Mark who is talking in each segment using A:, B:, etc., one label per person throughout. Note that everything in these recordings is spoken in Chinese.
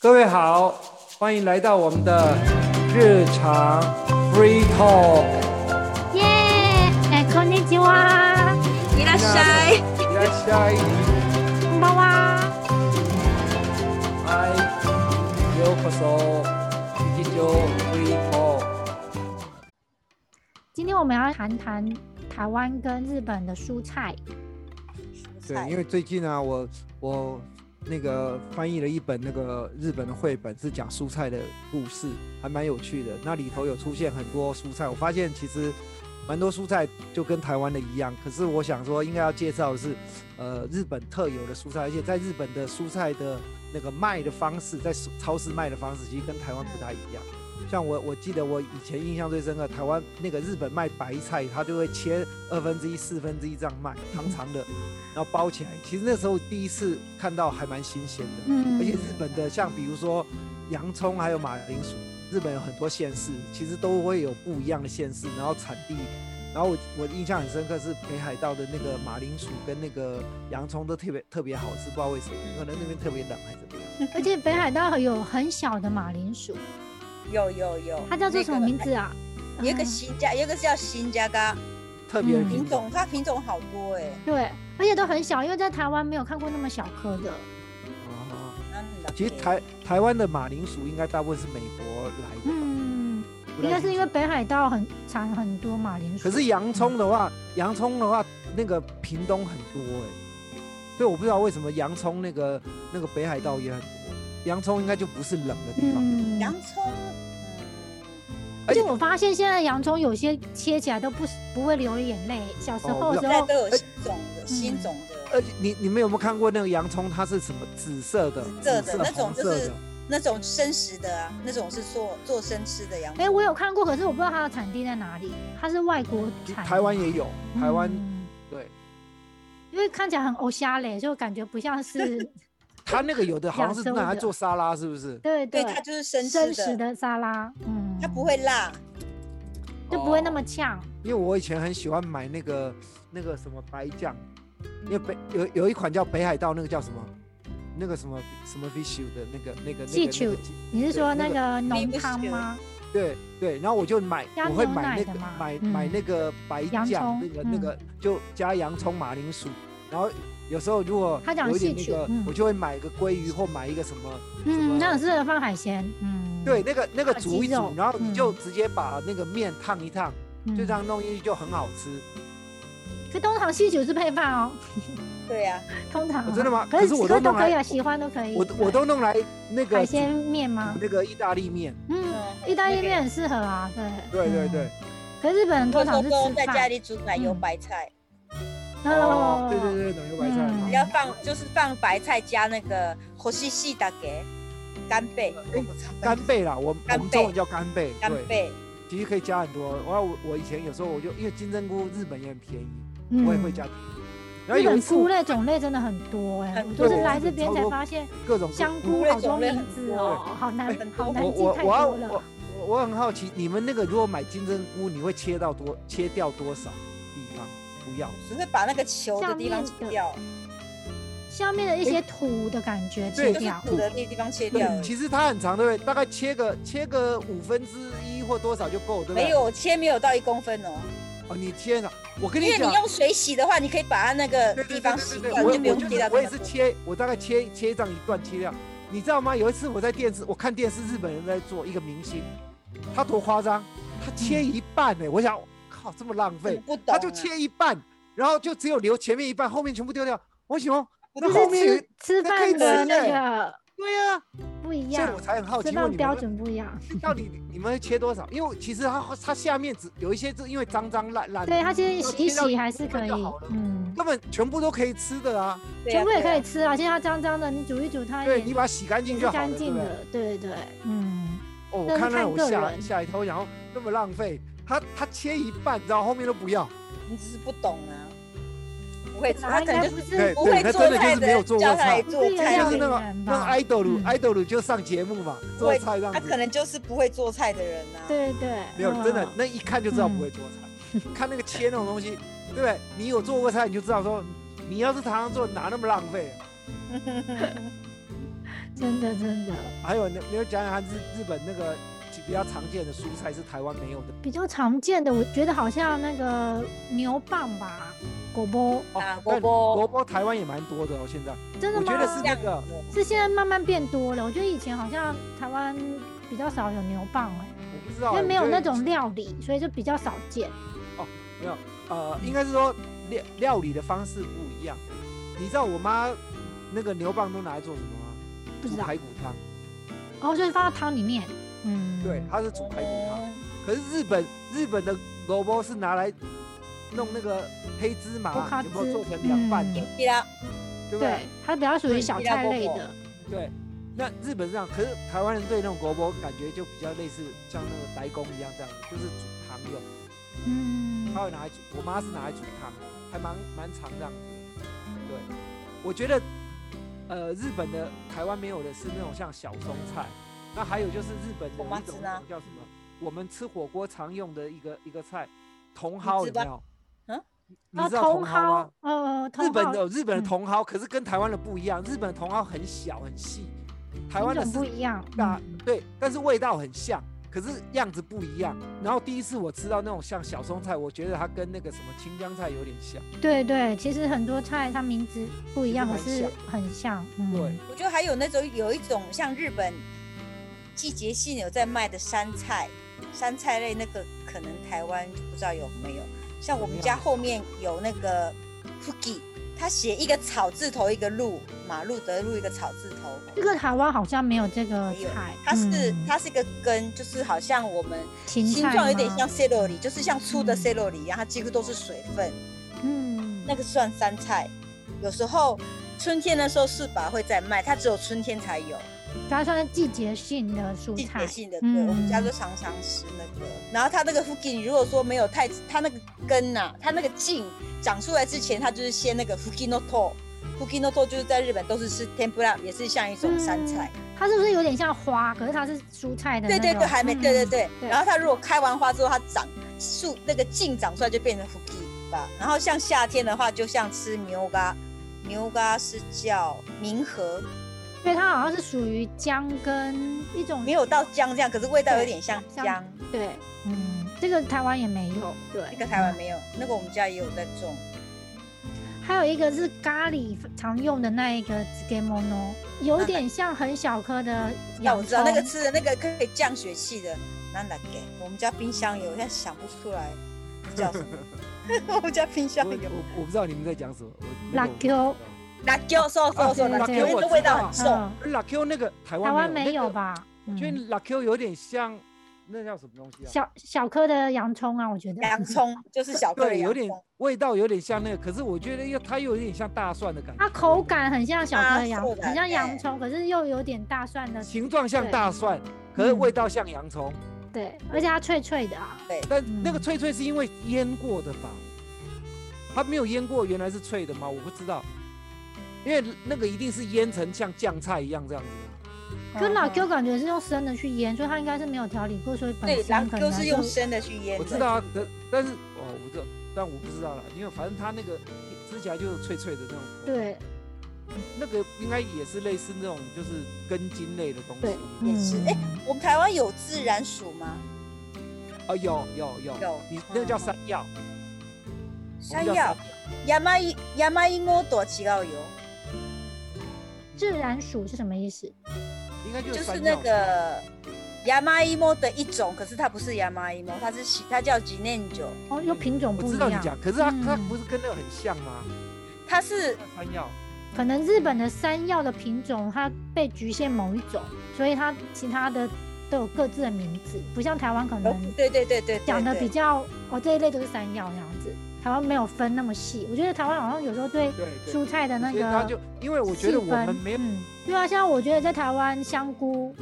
A: 各位好，欢迎来到我们的日常 free talk。
B: 耶，哎，こんにちは，
C: 伊拉塞，
A: いらっしゃい。
B: こんばんは。
A: 嗨，ようこそ。日常 free talk。
B: 今天我们要谈谈台湾跟日本的蔬菜。
A: 对，因为最近啊，我我那个翻译了一本那个日本的绘本，是讲蔬菜的故事，还蛮有趣的。那里头有出现很多蔬菜，我发现其实蛮多蔬菜就跟台湾的一样。可是我想说，应该要介绍的是，呃，日本特有的蔬菜，而且在日本的蔬菜的那个卖的方式，在蔬超市卖的方式，其实跟台湾不太一样。像我，我记得我以前印象最深刻，台湾那个日本卖白菜，它就会切二分之一、四分之一这样卖，长长的，然后包起来。其实那时候第一次看到还蛮新鲜的，
B: 嗯
A: 而且日本的像比如说洋葱还有马铃薯，日本有很多县市，其实都会有不一样的县市，然后产地。然后我我印象很深刻是北海道的那个马铃薯跟那个洋葱都特别特别好吃，不知道为什么，可能那边特别冷还是怎么样。
B: 而且北海道有很小的马铃薯，
C: 有有有，
B: 它叫做什么名字
C: 啊？
B: 啊？
C: 有一个
B: 嗯
C: 新加，有一个叫新加嘎
A: 特别的
B: 嗯
A: 品
C: 品
A: 种
C: 种，它品种好多哎，
B: 对，而且都很小，因为在台湾没有看过那么小颗的。
A: 哦
C: 然后很特别
A: 其实台台湾的马铃薯应该大部分是美国来的吧，
B: 嗯，
A: 不太
B: 应该是因为
A: 清楚
B: 北海道很产很多马铃薯。
A: 可是洋葱的话，洋葱的话，那个屏东很多哎、所以我不知道为什么洋葱那个那个北海道也很多，洋葱应该就不是冷的地方。
B: 嗯，
C: 洋葱，嗯，
B: 而且我发现现在洋葱有些切起来都不不会流眼泪，小时
A: 哦
B: 候
A: 我
B: 的时
C: 现
B: 候
C: 在都有新种
B: 嗯
C: 的，新种的
A: 而且你你们有没有看过那个洋葱？它是什么紫色的、
C: 紫色的
A: 紫色
C: 那种
A: 红
C: 就
A: 色
C: 是
A: 的？
C: 那种生食的啊，那种是做做生吃的洋
B: 哎、
C: 葱。
B: 我有看过，可是我不知道它的产地在哪里。它是外国产，
A: 台湾也有，台湾、
B: 嗯
A: 对
B: 因为看起来很欧虾嘞，就感觉不 像是
A: 它那个有的好像是
B: 亚洲
A: 拿来
B: 的
A: 做沙拉，是不是？
B: 对
C: 对，它就是生
B: 真
C: 吃
B: 实
C: 的，
B: 的沙拉，嗯，
C: 它不会辣，
B: 就不会那
A: 哦
B: 么呛，
A: 因为我以前很喜欢买那个那个什么白酱，因为北有有一款叫北海道那个叫什么，那个什么什么 Vishu 的那个那个那个那
B: Vishu
A: 个鸡，
B: 你
A: 对
B: 是说
A: 那
B: 那
A: 个
B: 个浓
C: 不
B: 汤
C: 是
B: 吗？
A: 对对，然后我就买，
B: 加
A: 我会
B: 牛
A: 买
B: 奶
A: 那
B: 的
A: 个
B: 嘛
A: 买
B: 嗯
A: 买那个白
B: 洋
A: 酱，
B: 葱嗯
A: 那个那个就加洋葱、马铃薯，然后有时候如果
B: 它讲
A: 有一点那
B: 戏曲
A: 个
B: 嗯，
A: 我就会买个鲑鱼或买一个什么，
B: 嗯，那
A: 么
B: 很适合放海鲜，嗯，
A: 对，，那个那个
B: 啊
A: 煮
B: 鸡
A: 一煮
B: 肉，
A: 然后你就
B: 嗯
A: 直接把那个面烫一烫，就这。样弄进去就很好吃。
B: 可通常戏酒是配饭哦，
C: 对啊，
B: 通常、
A: 哦真的吗
B: 可
A: 可
B: 是
A: 是我
B: 可
A: 都弄
B: 可以
A: 来
B: 啊，喜欢都可以。
A: 我都我
B: 对
A: 都弄来那个
B: 海
A: 煮
B: 鲜面吗？
A: 那个意大利面，
B: 嗯，
C: 嗯，
B: 意大利面很适合啊，对。
A: 对对对
B: 嗯。，可是日本人
C: 我
B: 通常
C: 公
B: 是
C: 公
B: 吃
C: 在家
B: 饭，嗯
C: 里煮奶油白菜，
A: 哦，对对对，奶油白菜啊
B: 嗯
A: 好
C: 要放就是放白菜加那个火西西打给干贝，
A: 哎干贝啦，我我
C: 干
A: 们
C: 贝
A: 中文叫干贝，
C: 干
A: 对，
C: 贝，
A: 其实可以加很多。然后我我以前有时候我就因为金针菇日本也很便宜，
B: 嗯
A: 我也会加。然后
B: 日
A: 有一
B: 本
A: 次
B: 菇类种类真的很多哎、
C: 很
B: 我就是
C: 多
B: 来
A: 日
B: 这
A: 本
B: 边
A: 超
B: 才
A: 多
B: 发现
A: 各种
B: 香
C: 菇
B: 菇
C: 类
B: 好多
C: 种类
B: 名
C: 很
B: 字
C: 多
B: 哦，好难
C: 很多
B: 好难
A: 我
B: 记
A: 我
B: 太
A: 我要
B: 多了
A: 我。我我很好奇，你们那个如果买金针菇，你会切到多切掉多少地方？不要
C: 只是把那个球的地方
B: 下
C: 切
B: 面的
C: 掉，
B: 下面的一些土的感觉
A: 对
B: 切
C: 就是
B: 掉，
C: 土的那个地方切掉而已。
A: 其实它很长，对不对？大概切个切个五分之一或多少就够，对不对？
C: 没有切没有到一公分哦，
A: 哦，你切了，我跟
C: 因
A: 你
C: 为
A: 讲
C: 你，用水洗的话，你可以把它那个
A: 对对对
C: 地方
A: 对
C: 洗
A: 对
C: 掉，
A: 我
C: 你就不
A: 我
C: 用
A: 就
C: 切
A: 是
C: 到。
A: 我也是，切，我大概切切这样一段切掉。你知道吗？有一次我在电视，我看电视，日本人在做一个明星，他多夸张，他切
B: 嗯
A: 一半呢、我想，靠，这么浪
C: 我
A: 费，
C: 不懂
A: 他
C: 啊。
A: 就切一半，然后就只有留前面一半，后面全部丢掉。我喜欢，
B: 就
A: 那
B: 是
A: 后面有
B: 吃吃
A: 那
B: 饭
A: 可以
B: 的
A: 吃
B: 那
A: 欸
B: 个
A: 对呀、
B: 不一
A: 所以
B: 样
A: 我，才很好
B: 吃
A: 奇问
B: 饭
A: 你
B: 标
A: 们，嗯
B: 准嗯不一样。
A: 到底你们会切多少？因为其实它它下面只有一些是因为脏脏烂烂的，
B: 对，它啊其实
A: 就
B: 洗一
A: 切到
B: 洗
A: 一
B: 还是
A: 部分
B: 可以
A: 就好了，
B: 嗯，
A: 根本全部都可以吃的啊。
C: 对啊
B: 全部也
C: 对
B: 可
C: 啊
B: 以吃啊。现在它脏脏的，你煮一煮它
A: 对，
B: 也
A: 你把它洗干净
B: 也
A: 就是好了，
B: 哎
A: 对
B: 干净
A: 不对？
B: 的，对对，嗯，
A: 哦，我
B: 但是
A: 看那
B: 看
A: 我
B: 个
A: 吓
B: 人
A: 吓一跳，然后那么浪费，他他切一半，然后后面都不要，
C: 你只是不懂啊，不会做，
B: 然后应
C: 他可能
B: 该
C: 就
B: 不
C: 是
B: 是
C: 不
A: 对
C: 会
A: 他
C: 做
A: 真的就
C: 菜
A: 是
C: 的
A: 没有
C: 人
A: 做过
C: 教他
A: 菜
C: 来做
B: 太
C: 菜
A: 就
B: 让
C: 啊
A: 是
B: 人
A: 那个
B: 难吧
A: 那个 idol
B: 嗯
A: idol 就上节目嘛，做
C: 会
A: 菜这样
C: 他可
A: 子，
C: 能就是不会做菜的人啊。
B: 对对，
A: 没有真的
B: 嗯
A: 那一看就知道不会做菜， 看那个切那种东西，对不对？你有做过菜你就知道说，你要是常常做哪那么浪费啊，
B: 真的真的
A: 还有，你你有讲讲看日日本那个比较常见的蔬菜是台湾没有的
B: 比较常见的，我觉得好像那个牛蒡吧，果波，
C: 啊
A: 但
C: 萝卜
A: 萝卜台湾也蛮多的哦，现在
B: 真的
A: 我
B: 吗？
A: 觉得是那个
B: 是现在慢慢变多了。我觉得以前好像台湾比较少有牛蒡哎、
A: 我不知道欸，
B: 因为没有
A: 我觉
B: 那
A: 得
B: 种料理，所以就比较少见。
A: 呃，应该是说料料理的方式不一样。你知道我妈那个牛蒡都拿来做什么吗？
B: 不知
A: 煮
B: 道
A: 排骨汤。
B: 哦，就是放到汤里面。嗯，
A: 对，它是煮排骨汤。
C: 嗯
A: 可是日本日本的萝卜是拿来弄那个黑芝
B: 锅
A: 麻，
B: 咖
A: 有没有
B: 汁嗯
A: 做成凉拌的？
C: 对啊啦，
A: 对不对？
B: 对，它比较属于
A: 对
B: 小
C: 鸡
B: 菜
C: 蛋
B: 类
C: 火锅
B: 的。
A: 对，那日本是这样，可是台湾人对那种萝卜感觉就比较类似像那个白宫一样这样子，就是煮汤用，
B: 嗯
A: 他，会拿来煮。我妈是拿来煮汤，还蛮蛮常这样子的。对，我觉得呃，日本的台湾没有的是那种像小松菜，那还有就是日本的
C: 我妈
A: 一种
C: 吃
A: 那
C: 呢
A: 种叫什么？我们吃火锅常用的一个一个菜，茼蒿
C: 知
A: 有没
C: 道
A: 有？
C: 嗯，
A: 你知道啊茼蒿
B: 啊茼
A: 吗
B: 蒿？，呃，茼
A: 日本
B: 蒿
A: 的有日本
B: 嗯
A: 的茼蒿，可是跟台湾的不一样，日本的茼蒿很小很细，台
B: 品
A: 湾的
B: 种
A: 是
B: 不一样。
A: 大
B: 嗯
A: 对，但是味道很像，可是样子不一样。然后第一次我吃到那种像小松菜，我觉得它跟那个什么青江菜有点像。
B: 对对，其实很多菜它名字不一
A: 其实
B: 样，可
A: 蛮
B: 是
A: 像
B: 很像。
A: 对
B: 嗯，
C: 我觉得还有那种有一种像日本季节性有在卖的山菜，山菜类那个可能台湾就不知道有没有。像我们家后面有那个 Fuki，他写一个草字头一个路，马路的路一个草字头，
B: 这个台湾好像没有这个
C: 没有
B: 菜。
C: 它是
B: 嗯
C: 它是一个根，就是好像我们
B: 芹
C: 形
B: 菜
C: 状有
B: 吗
C: 点像 celery，就是像粗的
B: 嗯
C: celery 一样，它几乎都是水分。
B: 嗯，
C: 那个算山菜，有时候春天的时候市把会在卖，它只有春天才有
B: 它算是季节性的蔬
C: 季
B: 菜
C: 节。性的。对，
B: 嗯
C: 我们家就常常吃那个。然后它那个附近，如果说没有太，它那个根呐、它那个茎长出来之前，它就是先那个 fukinoto。fukinoto 就是在日本都是吃 tempura，也是像一种
B: 嗯
C: 山菜。
B: 它是不是有点像花？可是它是蔬菜的那
C: 对
B: 种。
C: 对对，还没，对对
B: 嗯。
C: 对。
B: 对
C: 然后它如果开完花之后，它长树那个茎长出来就变成 fuki 吧。然后像夏天的话，就像吃牛嘎，牛嘎是叫明和。
B: 所以它好像是属于姜跟一种
C: 没有到姜这样，可是味道有点像
B: 对
C: 姜。
B: 对，嗯，这个台湾也没有。对，嗯
C: 那个台湾没有，那个我们家也有在种。
B: 还有一个是咖喱常用的那一个 z g a m o n o 有点像很小颗的
C: 那
B: 洋
C: 啊我
B: 葱。
C: 知道那个吃的那个可以降血气的，那哪给？我们家冰箱有，但想不出来叫什 么。我们家冰
A: 我
C: 箱有。
A: 我我不知道你们在讲什么。我
B: 辣椒，
C: 辣椒说说
A: 啊
C: 说，
B: 对
C: 辣椒
B: 对
C: 那个味道很重。
B: 嗯，
A: 辣 Q 那个台湾
B: 台湾没有
A: 那个？
B: 吧？嗯
A: 我觉得辣 Q 有点像那叫什么东西啊？
B: 小小颗的洋葱啊，我觉得
C: 洋葱就是小个的
A: 对，
C: 洋
A: 有点
C: 葱，
A: 味道有点像那个，可是我觉得又它又有点像大蒜的感觉。
B: 它啊口感很像小颗的洋，
C: 大蒜
B: 很像
C: 啊对嗯
B: 洋葱，可是又有点大蒜的，
A: 形状像
B: 对
A: 大蒜，可是
B: 嗯
A: 味道像洋葱。
B: 对，而且它脆脆的啊。
A: 但
B: 嗯
A: 那个脆脆是因为腌过的吧？它没有腌过，原来是脆的吗？我不知道，因为那个一定是腌成像酱菜一样这样子啊的。
B: 可老 Q
C: 嗯
B: 感觉是用生的去腌，所以它应该是没有调理过，所以本
C: 对，辣
B: 身可
C: 椒
B: 能
C: 是用生的去
A: 啊
C: 腌的。
A: 我知道啊，但但是哦，我知道，但我不知道啦，因为反正它那个吃起来就是脆脆的那种。，
B: 对
A: 那个应该也是类似那种就是根茎类的东西
B: 对。
C: 也是
B: 嗯
C: 哎我们台湾有自然薯吗？
A: 哦，有有有
C: 有
A: 你那个叫山药，我
C: 山
A: 们叫
C: 药、山芋、山芋摸朵奇膏油，
B: 自然薯是什么意思？
A: 应该就
C: 就是是
A: 山
C: 那
A: 药。
C: 个亚麻伊莫的一种，可是它不是亚麻伊莫，它是喜它叫吉念酒，
B: 哦，又品种
A: 我
B: 不
A: 知
B: 一
A: 道你
B: 样。
A: 讲，可是它它
B: 嗯
A: 不是跟那个很像吗？
C: 嗯它是
A: 山药。
B: 可能日本的山药的品种它被局限某一种，所以它其他的都有各自的名字，不像台湾可
C: 呃
B: 能
C: 对对对对对，
B: 讲的比
C: 对
B: 较哦这一类都是山药那样子，台湾没有分那么细。我觉得台湾好像有时候对
A: 对对。
B: 蔬菜的那
A: 所以它就
B: 个
A: 因为我觉得
B: 细
A: 我们
B: 分
A: 没有
B: 嗯，对啊，像我觉得在台湾香菇，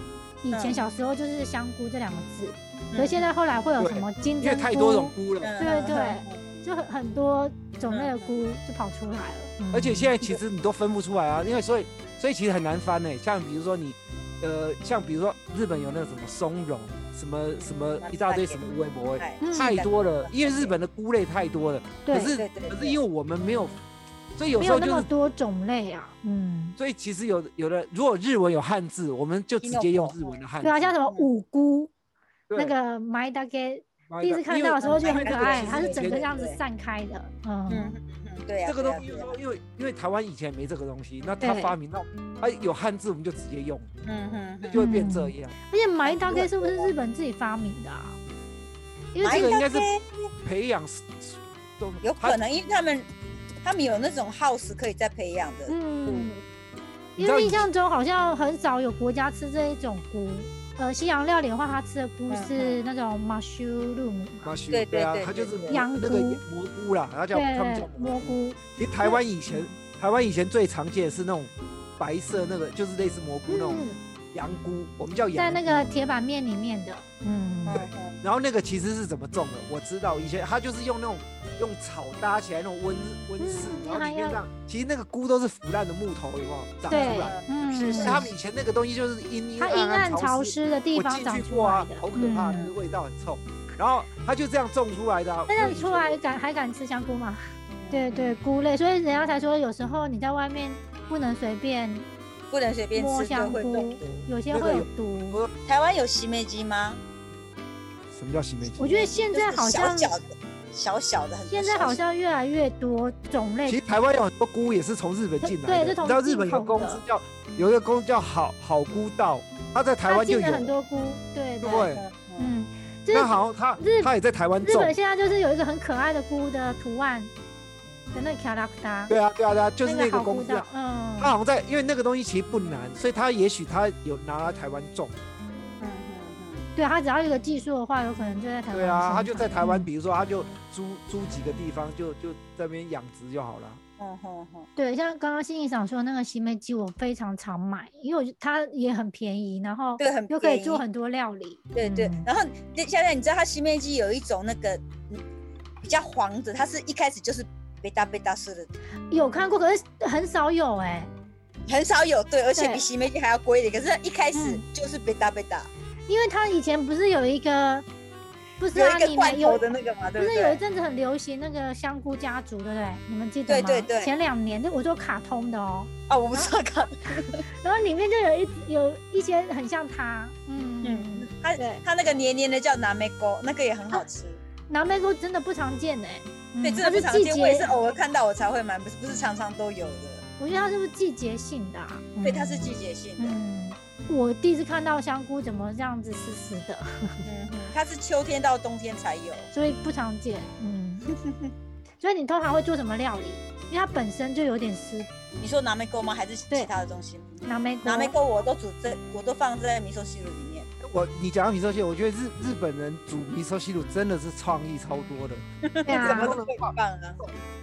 B: 以前
C: 嗯
B: 小时候就是香菇这两个字，
C: 嗯
B: 可是现在后来会有
A: 对
B: 什么金
A: 因为
B: 针
A: 太多
B: 菇
A: 种，菇了，
B: 对对，就很很多种类的
C: 嗯
B: 菇就跑出来了。嗯
A: 而且现在其实你都分不出来啊，因为所以所以其实很难翻呢、欸像比如说你，呃，像比如说日本有那个什么松茸，什么什么一大堆什么微博、欸
C: 哎
B: 嗯
A: 太多了，因为日本
C: 的
A: 的菇类太多了。
B: 对
A: 可是
C: 对对对
A: 可是因为我们没有所以有
B: 没
A: 时候
B: 有那
A: 就
B: 么
A: 是，
B: 多种类啊。嗯，
A: 所以其实有有的如果日文有汉字，我们就直接用日文的汉字。
B: 对啊，像什么五菇，
A: 嗯对
B: 那个 my d a g
A: 妈呀
B: e 第一次看到的时候
C: 因
B: 觉
C: 为
B: 得很可
C: 那个
B: 爱，
C: 其实
B: 它是整
C: 也
B: 个
C: 是
B: 这样子
C: 对
B: 散开的。
C: 嗯
B: 嗯，
C: 嗯，对呀、
A: 这个东西
C: 对
A: 就是
C: 呀、
A: 说，
C: 对呀
A: 因为因为台湾以前没这个东西，那他
B: 对
A: 发明到哎有汉字我们就直接用，
C: 嗯嗯嗯
A: 就会变这样。
B: 而且 my d a g e 是不是日本自己发明的啊？因为
A: 这
B: 这
A: 个
B: 个
A: 应该是培养是，是都
C: 有
A: 他
C: 可能，因为他们他们有那种 house 可以再培养的，
B: 嗯，
A: 你
B: 因
A: 知道
B: 为
A: 以
B: 印象中好像很少有国家吃这一种菇。呃，西洋料理的话，它吃的菇
C: 嗯
B: 是那种 mushroom，
A: 马修
C: 对
A: 对啊
C: 对，对
A: 他就是
C: 对
B: 羊
A: 那个
B: 菇
A: 蘑菇啦，他叫他们
B: 对
A: 叫，
B: 蘑。菇，
A: 其实台湾以前台湾以前最常见的是那种白色那个，就是类似蘑菇那种
B: 嗯，
A: 羊菇，我们叫羊。
B: 在那个。铁板面里面的，嗯，
C: 嗯
A: 然后那个其实是怎么种的？我知道以前他就是用那种用草搭起来那种温温室，
B: 嗯
A: 然后里面
B: 还要
A: 这样，其实那个菇都是腐烂的木头，有没有长
B: 对
A: 出来？
B: 嗯，
C: 是
A: 是
C: 是
A: 他们以前那个东西就是阴阴
B: 它
A: 暗
B: 阴暗
A: 潮
B: 潮湿的地
A: 我
B: 方
A: 进
B: 长
A: 去
B: 出
A: 过
B: 来
A: 啊
B: 的，，
A: 好可怕，那
B: 嗯
A: 个味道很臭。然后它就这样种出来的啊。
B: 但
A: 我以
B: 是
A: 前
B: 出来敢还敢吃香菇吗？
A: 嗯
B: 对对，菇类，所以人家才说有时候你在外面不能随便
C: 不能随便
B: 摸
C: 吃，就
B: 香
C: 会
B: 菇
C: 中毒。，
B: 有些
A: 那个
B: 会有
A: 有
B: 毒。
C: 台湾有洗面机吗？
A: 什么叫洗面
B: 我
A: 器？
B: 觉得现在好像
C: 就是小小的，小小的，很
B: 现在好像越来越多种类
A: 其，实台湾有很多菇也是从日本进来
B: 对
A: 的，
B: 是从
A: 你知道日本有
B: 进
A: 公
B: 口的
A: 司叫有一个公司叫好好菇道，它在台
B: 它
A: 湾就
B: 进
A: 有
B: 了，很多菇，
A: 对
B: 对对
A: 不，对？
C: 嗯，
B: 嗯，就是
A: 那好像它
B: 日
A: 它也在台湾
B: 日
A: 种，
B: 本现在就是有一个很可爱的菇的图案的那个卡拉克达，
A: 对啊对啊对啊，就是那
B: 那
A: 个
B: 好
A: 公
B: 菇
A: 司啊
B: 的，，嗯，
A: 它好像在因为那个东西其实不难，所以它也许它有拿来台湾种，
C: 嗯嗯
B: 对，它只要有个技术的话，有可能就在台湾生产。
A: 对啊，它就在台湾，
B: 嗯
A: 比如说它就租租几个地方就就在那边养殖就好了。
C: 嗯嗯嗯
B: 对，像刚刚欣怡想说那个西梅鸡，我非常常买，因为我觉得它也很便宜，然后
C: 对很
B: 又可以
C: 便
B: 做
C: 宜
B: 很多料理。
C: 嗯，对对
B: 嗯。
C: 然后那现在你知道它洗面机有一种那个嗯比较黄的，它是一开始就是贝达贝达式的，
B: 有看过，可是很少有哎、
C: 很少有对，而且
B: 对
C: 比洗面机还要贵一点。可是它一开始
B: 嗯
C: 就是贝达贝达，
B: 因为它以前不是有一个，不是
C: 有
B: 啊，
C: 一个
B: 你
C: 罐
B: 们有
C: 头的那个嘛，
B: 不
C: 对
B: 是有一
C: 对？
B: 阵子很流行那个香菇家族，对不对？你们记得吗？
C: 对对对
B: 前两年，我做卡通的哦，
C: 啊，我不知道它
B: 然后里面就有一有一些很像它，嗯
C: 嗯
B: 嗯，
C: 它
B: 对
C: 它那个黏黏的叫南梅沟，那个也很好吃。
B: 南美菇真的不常见哎、嗯
C: 对，真
B: 它
C: 的不
B: 是
C: 常
B: 季
C: 见，
B: 节
C: 我也是偶尔看到我才会买，不是不是常常都有的。
B: 我觉得它是不是季节性的、啊？
C: 对，它是
B: 嗯
C: 季节性的，
B: 嗯，我第一次看到香菇怎么这样子湿湿的，
C: 嗯它是秋天到冬天才有。
B: 所以不常见。嗯， 所以你通常会做什么料理？因为它本身就有点湿，
C: 你说南梅沟吗？还是
B: 对
C: 其他的东西？
B: 拿梅
C: 南
A: 哦
C: 梅沟我都煮在，我都放在米寿西炉里面。
A: 我你讲到米寿西，我觉得日日本人煮米寿西乳真的是创意超多的，
B: 对
C: 怎么
B: 啊，
C: 都会放啊？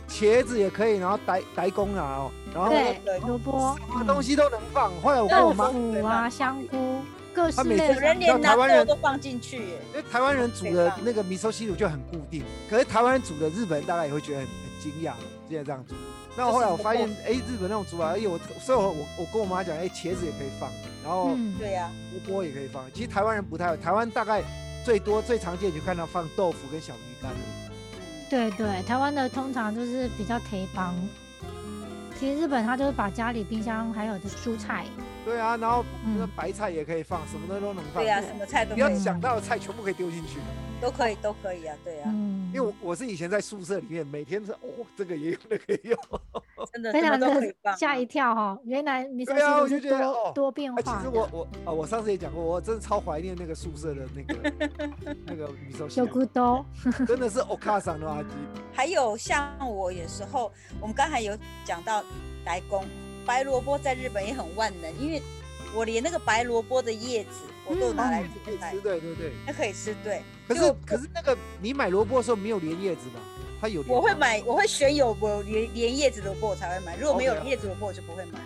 A: 茄子也可以，然后白白公拿哦，然后
B: 对
C: 对，
B: 萝卜
A: 什、么东西都能放。后来我跟我
B: 豆
A: 妈，
B: 腐啊、香菇，各式
A: 他每次
B: 类
C: 有
B: 的
C: 人连
A: 台
C: 纳
A: 湾人
C: 豆都放进去耶。
A: 因为台湾人煮的那个米寿西乳就很固定，可是台湾人煮的日本人大概也会觉得很很惊讶，现在这样煮。那后来我发现，哎，日本那种煮法，哎呦，我所以我我我跟我妈讲，哎，茄子也可以放，然后
B: 嗯，
C: 对呀，
A: 萝卜也可以放。其实台湾人不太，台湾大概最多最常见就看到放豆腐跟小鱼干了。
B: 对对，台湾的通常就是比较铁帮。其实日本它就是把家里冰箱还有的蔬菜，
A: 对啊，然后那
B: 嗯
A: 白菜也可以放，什么的都能放。
C: 对呀，什么菜都
A: 不
C: 可
A: 要
C: 以，
A: 想到的菜全部可以丢进去。
C: 都可以，都可以啊，对呀，
B: 嗯，
A: 因为我我是以前在宿舍里面，每天是 哦，这个也有，那个 也有。
C: 真的
B: 非
C: 什么
B: 常
C: 都可
B: 的
C: 以放啊。
B: 吓一跳哈、哦，原来米寿
A: 对啊我
B: 西
A: 就
B: 就是
A: 觉得
B: 多、
A: 哦
B: 多变
A: 哎，
B: 化
A: 其
B: 的、
A: 实我我啊，我上次也讲过，我真的超怀念那个宿舍的那个 那个米寿喜
B: 有，骨头，
A: 真的是欧卡桑的垃圾。
C: 啊还有像我有时候，我们刚才有讲到白宫白萝卜在日本也很万能，因为我连那个白萝卜的叶子我都 拿来
A: 嗯
C: 煮
A: 可以
C: 菜
A: 吃，，对对对。
C: 那可以吃。对，
A: 可
C: 就是我
A: 可是那个你买萝卜的时候没有连叶子吧？它有连吗。
C: 我会买，我会选有我连连叶子萝卜我才会买，如果没有
A: OK
C: 叶子萝卜我就不会买。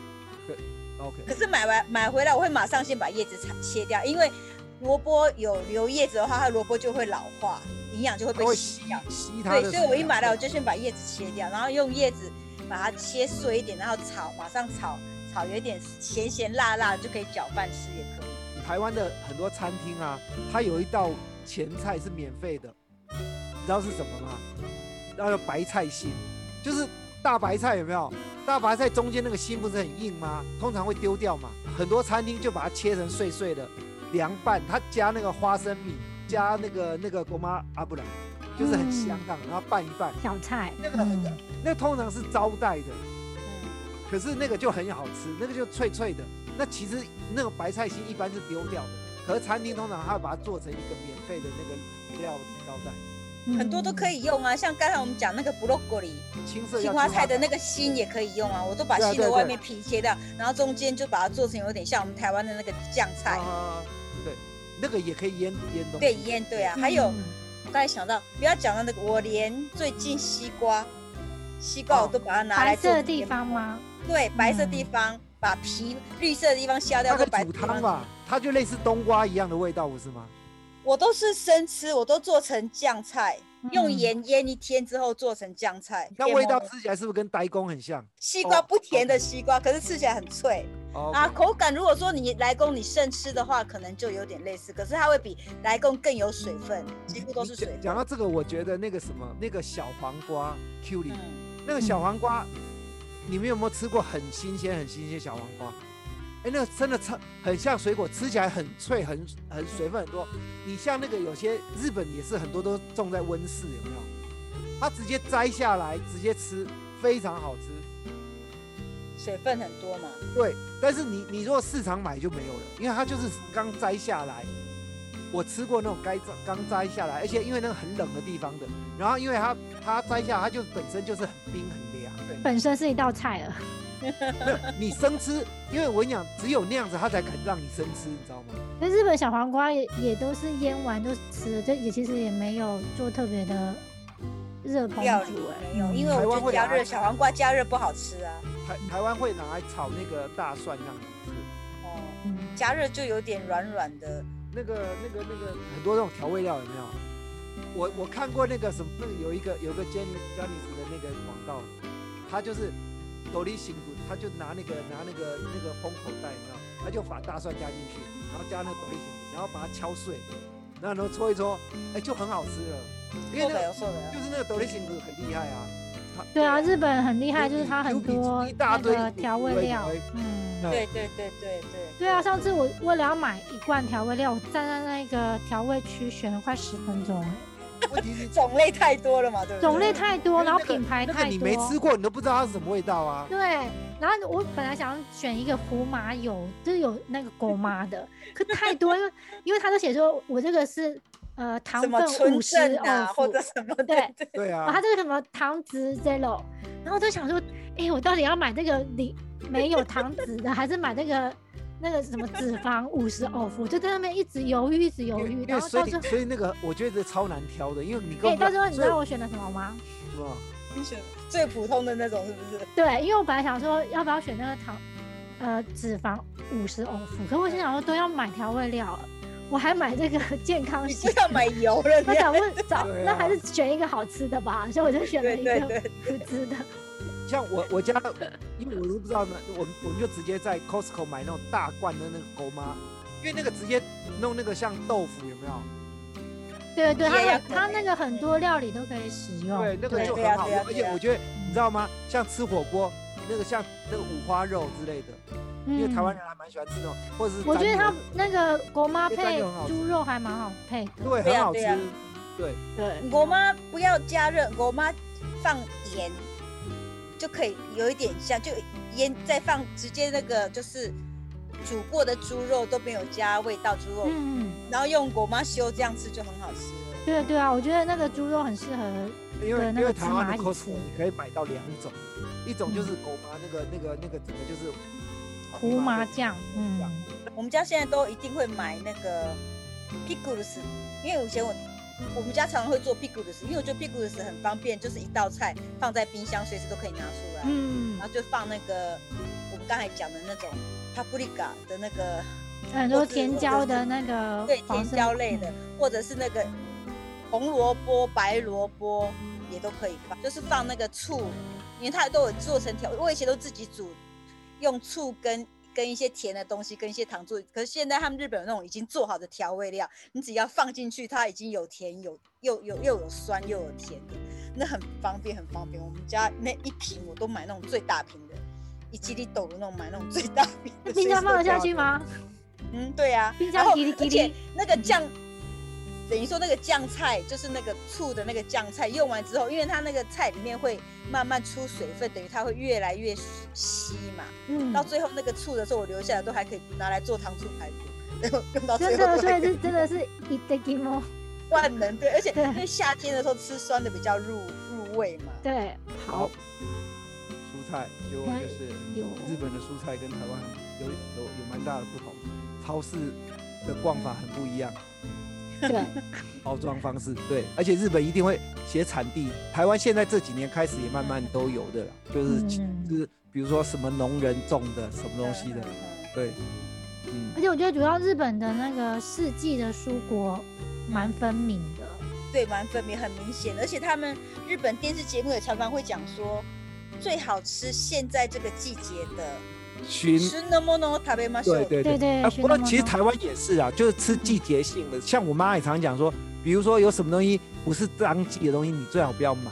A: OK。
C: 可是买完买回来，我会马上先把叶子切切掉，因为萝卜有留叶子的话，它萝卜就会老化，营养就会
A: 它
C: 被
A: 会
C: 吸
A: 吸
C: 掉。
A: 吸它
C: 对，
A: 的。啊
C: 所以我一买来我就先把叶子切掉，然后用叶子把它切碎一点，然后炒，马上炒，炒有一点咸咸辣辣就可以搅拌吃，也可以。
A: 台湾的很多餐厅啊，它有一道前菜是免费的，你知道是什么吗？然后有白菜心，就是大白菜有没有？大白菜中间那个心不是很硬吗？通常会丢掉嘛。很多餐厅就把它切成碎碎的，凉拌，它加那个花生米，加那个那个国妈啊，不然就是
C: 嗯
A: 很香港，然后拌一拌。
B: 小菜，
A: 那个很
B: 嗯
A: 那通常是招待的，
C: 嗯，
A: 可是那个就很好吃，那个就脆脆的。那其实那个白菜心一般是丢掉的，可是餐厅通常它会把它做成一个免费的那个料理招待，
B: 嗯
C: 很多都可
B: 以。
C: 以用啊，像刚才我们讲那个 broccoli
A: 青色
C: 青
A: 要
C: 花菜的那个心也可以用啊，我都把
A: 对啊
C: 心的
A: 对
C: 外
A: 对
C: 面皮切掉，然后中间就把它做成有点像我们台湾的那个酱菜，
A: 啊，对，那个也可以腌腌东西。
C: 对，腌对啊，还有
B: 嗯
C: 我刚才想到，不要讲到那个，我连最近西瓜，西瓜我都把它拿
B: 白
C: 来做
B: 色的地
C: 甜
B: 方吗？
C: 对，白色地方、把皮绿色的地方削掉，
A: 大
C: 跟
A: 概
C: 白
A: 煮
C: 地方
A: 汤吧，它就类似冬瓜一样的味道，不是吗？
C: 我都是生吃，我都做成酱菜，用
B: 嗯
C: 盐腌一天之后做成酱菜。
A: 那
C: 变
A: 味道
C: 魔
A: 吃起来是不是跟呆公很像？
C: 西瓜
A: 哦
C: 不甜的西瓜，可是吃起来很脆
A: 哦
C: 啊。口感如果说你来贡你剩吃的话，可能就有点类似，可是它会比来贡更有水分，几乎都是水
A: 讲
C: 分。
A: 到这个，我觉得那个什么，那个小黄瓜 Q 里，
C: 嗯，
A: 那个小黄瓜，你们有没有吃过很新鲜、很新鲜小黄瓜？哎，那个真的超很像水果，吃起来很脆、很很水分很多。你像那个有些日本也是很多都种在温室，有没有？它直接摘下来直接吃，非常好吃。
C: 水分很多嘛。
A: 对，但是你你如果市场买就没有了，因为它就是刚摘下来。我吃过那种该摘刚摘下来，而且因为那个很冷的地方的，然后因为它它摘下来它就本身就是很冰很凉。对，
B: 本身是一道菜了，
A: 你生吃，因为我跟你讲，只有那样子它才肯让你生吃，你知道吗？
B: 那日本小黄瓜也也都是腌完就吃了，就也其实也没有做特别的热烹
C: 料理
B: 煮哎、
C: 没有，因为
A: 台
C: 我
A: 湾会
C: 觉得
A: 啊
C: 加
A: 拿
C: 热小黄瓜加热不好吃啊。
A: 台台湾会拿来炒那个大蒜让你吃，
C: 哦，
B: 嗯
C: 加热就有点软软的。
A: 那个那个那个很多那种调味料有没有？我我看过那个什么，那个有一个有个 Jenny Johnny's 的那个广告，他就是斗笠辛苦，他就拿那个拿那个那个封口袋，有没有？他就把大蒜加进去，然后加那个斗笠辛苦，然后把它敲碎，然后然后搓一搓，哎、就很好吃了。因为
C: 受
A: 那
C: 不了，
A: 个
C: 受不了。
A: 就是那个斗笠辛苦很厉害啊。它
B: 对啊，日本很厉害，就是它很
A: Q 比
B: 多
A: 一大
B: 那
A: 堆
B: 个调味料
A: 味，
B: 嗯。
A: 那
C: 对对对对对。
B: 对啊，上次我为了要买一罐调味料，我站在那个调味区选了快十分钟，
A: 问题是
C: 种类太多了嘛，对不对？
B: 种类太多，
A: 啊因为
B: 然后
A: 那个
B: 品牌
A: 那个
B: 太
A: 你
B: 多。
A: 没吃过，你都不知道它是什么味道啊。
B: 对，然后我本来想选一个胡麻油，就是有那个狗妈的，可太多，因为因为他都写说我这个是呃糖
C: 什么
B: 分
C: 纯
B: 五十
C: 正啊，
B: 欧
C: 或
B: 付
C: 者，什 么的，
B: 对
C: 对
A: 对
B: 然后
A: 啊
B: 他，这个什么糖值 zero，然后我就想说，哎、我到底要买这个零没有糖脂的，还是买那个那个什么脂肪五十欧付？就在那边一直犹豫，一直犹
A: 因为
B: 豫，
A: 因
B: 然
A: 为
B: 后
A: 所
B: 到
A: 以
B: 最后
A: 你，所以那个我觉得超难挑的，因为你
B: 哎、
A: 根本
B: 到最后
A: 不
B: 你知
A: 所以
B: 道我选了什么吗？
A: 什么
C: 最普通的那种是不是？
B: 对，因为我本来想说要不要选那个糖，呃，脂肪五十欧付，可我心想说都要买调味料了，我还买这个 健康
C: 你
B: 型
C: 不。要买油了，
B: 我
C: 你
B: 想问找，
A: 对
B: 那
A: 啊
B: 还是选一个好吃的吧，所以我就选了
C: 对
B: 一
C: 对
B: 个不
C: 对，
B: 知 的。
A: 像我我家，因为我都不知道呢，我们我们就直接在 Costco 买那种大罐的那个狗妈，因为那个直接弄那个像豆腐有没有？
B: 对对，
C: 也
B: 它
C: 要
B: 很
C: 可
B: 它
C: 以
B: 那个很多料理都可以使用。
A: 对，那个
C: 对
A: 就
C: 对
A: 很
C: 啊
A: 好
C: 对啊
A: 用，而且
C: 对啊
A: 我觉得你知道吗？像吃火锅那个像那个五花肉之类的，因为台湾
B: 嗯
A: 人还蛮喜欢吃那种，或者是
B: 我觉得
A: 沾
B: 它
A: 牛
B: 那个国妈
A: 因为蘸
B: 配
A: 料很好吃
B: 猪肉还蛮好配的。
A: 对
C: 对
A: 很
C: 啊
A: 好吃
C: 对啊，
A: 对。
B: 对，
C: 我妈不要加热，我妈放盐就可以有一点像，就盐再放直接那个就是煮过的猪肉都没有加味道，猪肉，
B: 嗯，
C: 然后用我妈修这样吃就很好吃了。
B: 对对啊，我觉得那个猪肉很适合。
A: 因为
B: 对那
A: 因
B: 个
A: 为
B: 芝
A: 台湾
B: 麻
A: 的
B: 嗯一
A: Costco
B: 起
A: 你可以买到两种，一种就是狗麻那个那个那个整个就是
B: 胡麻酱，嗯，
A: 啊
C: 我们家现在都一定会买那个 pickles，因为以前我我们家常常会做 pickles，因为我觉得 pickles 很方便，就是一道菜放在冰箱，随时都可以拿出来，
B: 嗯
C: 然，后就放那个我们刚才讲的那种 paprika 的那个
B: 很多甜椒的那个
C: 对
B: 黄
C: 甜
B: 色嗯
C: 椒类的，或者是那个红萝卜、白萝卜也都可以放，就是放那个醋，因为它都有做成调，我以前都自己煮，用醋跟。跟一些甜的东西，跟一些糖做，可是现在他们日本有那种已经做好的调味料，你只要放进去，它已经有甜有又有又有酸又有甜的，那很方便，很方便。我们家那一瓶我都买那种最大瓶的，一吉利斗的那种买那种最大瓶
B: 那
C: 的。
B: 冰嗯箱放得下去吗？
C: 嗯，对呀、啊。
B: 冰
C: 然
B: 箱
C: 后
B: 滴哩
C: 而
B: 滴
C: 且
B: 哩，
C: 那个酱，等于说那个酱菜就是那个醋的那个酱菜，用完之后，因为它那个菜里面会慢慢出水分，等于它会越来越稀嘛。
B: 嗯，
C: 到最后那个醋的时候，我留下来都还可以拿来做糖醋排骨， 然后用到最
B: 真的，
C: 后都
B: 所
C: 还
B: 以
C: 可以
B: 这真的是一 d e g i m o
C: 万能对，而且
B: 对
C: 因为夏天的时候吃酸的比较入入味嘛。
B: 对，好
A: 好，，蔬菜结果就是
B: 哎有
A: 日本的蔬菜跟台湾有有有蛮大的不同，超市的逛法很不一样，
B: 对，
A: 包装方
B: 嗯
A: 式对，而且日本一定会写产地，台湾现在这几年开始也慢慢都有的啦，就是、
B: 嗯
A: 就是比如说什么农人种的什么东西的
C: 嗯，嗯嗯
A: 对，嗯，
B: 而且我觉得主要日本的那个四季的蔬果蛮分明的，
C: 对，蛮分别很明显，而且他们日本电视节目也常常会讲说，最好吃现在这个季节的。
B: 哎
A: 寻
C: 旬のものを食べましょう。
A: 对对
B: 对对
A: 啊，
B: 寻
A: 不过
B: 那么
A: 其实
B: 多
A: 台湾也是啊，就是吃季节性的。像我妈也常讲说，比如说有什么东西不是当季的东西，你最好不要买，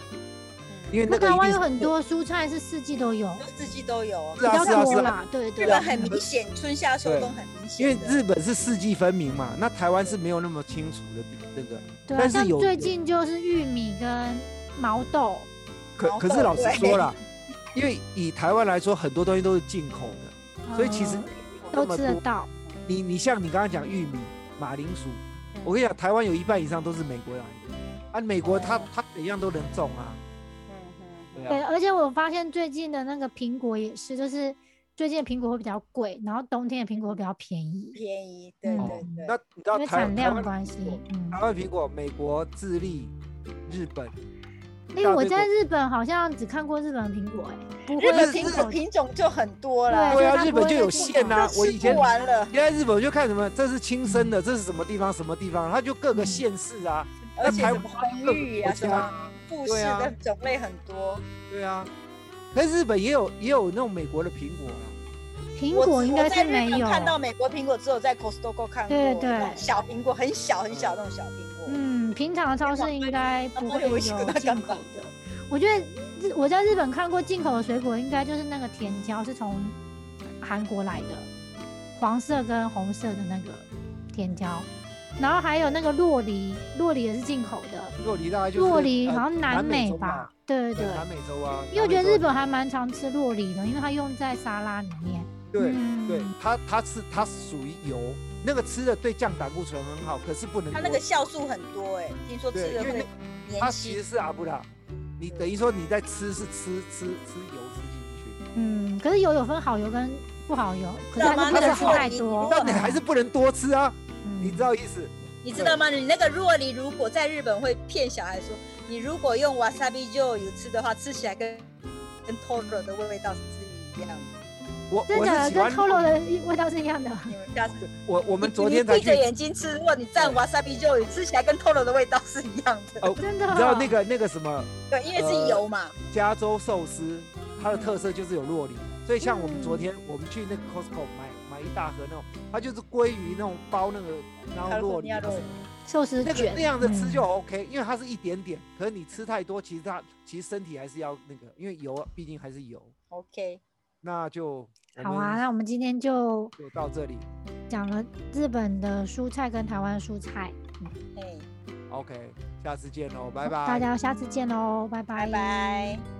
A: 因
C: 为
A: 为那
B: 那
A: 个
B: 台
A: 一
B: 湾
A: 定
B: 有
A: 是
B: 很多蔬菜是四季都有，
C: 四季嗯都有哦。
A: 是
B: 比
A: 啊
B: 较
A: 是啊是
B: 多
A: 啊
B: 啦，对
C: 日
B: 对，
C: 本很明显，春夏秋冬很明
A: 因
C: 显
A: 为
C: 的。
A: 日本是四季分明嘛，那台湾是没有那么清楚的那个。
B: 对啊，
A: 但是
B: 像
A: 有
B: 最近就是玉米跟毛豆，
A: 可
C: 毛
A: 可
C: 豆
A: 是老实
C: 对
A: 说啦，因为以台湾来说，很多东西都是进口的，所以其实
B: 呃
A: 那
C: 嗯
B: 都
A: 么
B: 吃得
A: 多。
B: 到，
A: 你你像你刚刚讲玉米、马铃薯，
B: 嗯
A: 我跟你讲，台湾有一半以上都是美国来的，啊，美国它
C: 哦
A: 它怎样都能种啊，
C: 嗯嗯
A: 对
B: 对，
A: 啊，
B: 而且我发现最近的那个苹果也是，就是最近的苹果会比较贵，然后冬天的苹果会比较便宜，
C: 便宜，对
B: 嗯
C: 对对。
A: 那你知道
B: 因为
A: 台
B: 产
A: 台
B: 量
A: 湾
B: 关系，嗯
A: 台。湾苹果，美国、智利、日本，
B: 哎、
A: 大
B: 我
A: 队果
B: 在日本好像只看过日本的苹果、哎，不会
C: 日本
B: 进
C: 品
B: 口
C: 种品种就很多啦，
A: 对
B: 就
A: 啊
B: 是它
A: 日
B: 不
A: 本
B: 会
A: 就
B: 再
A: 有
B: 进
A: 限
B: 口
A: 啊
C: 都
A: 我以
C: 吃
A: 前
C: 不完了。
A: 原来日本我就看什么，这是亲生的，这是什么地方什么地方，它就各个
B: 嗯
A: 县市啊，
C: 而
A: 那
C: 且
A: 台
C: 什么
A: 湾
C: 红
A: 各个
C: 玉
A: 国
C: 啊，什
A: 家
C: 么富士
A: 对啊
C: 的种类很多。
A: 对啊。可是日本也有也有那种美国的苹果啊啦，
B: 苹
C: 我
B: 果
C: 只
B: 应
C: 我
B: 该
C: 在
B: 是
C: 日
B: 没
C: 本
B: 有，
C: 看到美国苹果，只有在 Costco 看过。
B: 对对
C: 那种小苹果很小很小那种小苹果。
B: 嗯，平常的超市应该不会有进口的。我觉得日我在日本看过进口的水果，应该就是那个甜椒是从韩国来的，黄色跟红色的那个甜椒，然后还有那个洛梨，洛梨也是进口的，
A: 洛梨大概就是
B: 洛梨
A: 呃
B: 好像
A: 南
B: 美
A: 洲
B: 吧
A: 嘛，？
B: 对对对。
A: 南美洲啊。
B: 因为
A: 南
B: 我
A: 美
B: 觉得
A: 洲
B: 日本还蛮常吃洛梨的，因为它用在沙拉里面。
A: 对
B: 嗯
A: 对，它它是它属于油，那个吃的对降胆固醇很好，可是不能
C: 它
A: 多。
C: 那个酵素很多哎，听说吃
A: 对
C: 了
A: 因为
C: 会
A: 它
C: 年
A: 其
C: 轻
A: 实。是阿布拉，你等于说你在吃是吃吃吃油吃进去。
B: 嗯，可是油有分好油跟不好油，可是还
C: 干嘛
B: 是不能
A: 那
B: 吃
A: 是
B: 太
C: 好
B: 多。
A: 但你还是不能多吃啊，
B: 嗯
A: 你知道意思？
C: 你知道吗？你那个若梨如果在日本会骗小孩说，你如果用 wasabi 就有吃的话，吃起来跟跟 toro 的味道是一样的。
A: 我
B: 真
A: 我
B: 假的
A: 是喜
B: 跟
A: 欢
B: 扣肉的味道是一样的。
C: 你们下次
A: 我我
C: 我
A: 们昨天才
C: 闭
A: 去
C: 着，眼睛吃，如果你蘸 wasabi 就有，吃起来跟 toro 的味道是一样的。
A: 哦
B: 真的
A: 你知道那个那个什么
C: 对，因为
A: 呃
C: 是油嘛。
A: 加州寿司，它的特色就是有洛梨，所以像我们昨天我们去那个 Costco 买买一大盒那种，它就是鲑鱼那种包那个，然后洛梨啊
C: 加
A: 什
C: 州
A: 么
C: 肉
B: 寿司
A: 那个
B: 啊卷
A: 那样的吃就
B: 嗯
A: OK，因为它是一点点，可是你吃太多，其实它其实身体还是要那个，因为油啊毕竟还是油，
C: OK，
A: 那就我
B: 好啊，
A: 们
B: 那我们今天就
A: 就到这里
B: 讲了日本的蔬菜跟台湾的蔬菜，
C: 哎，
A: ，OK，下次见喽，拜拜，
B: 大家下次见喽，拜
C: 拜拜。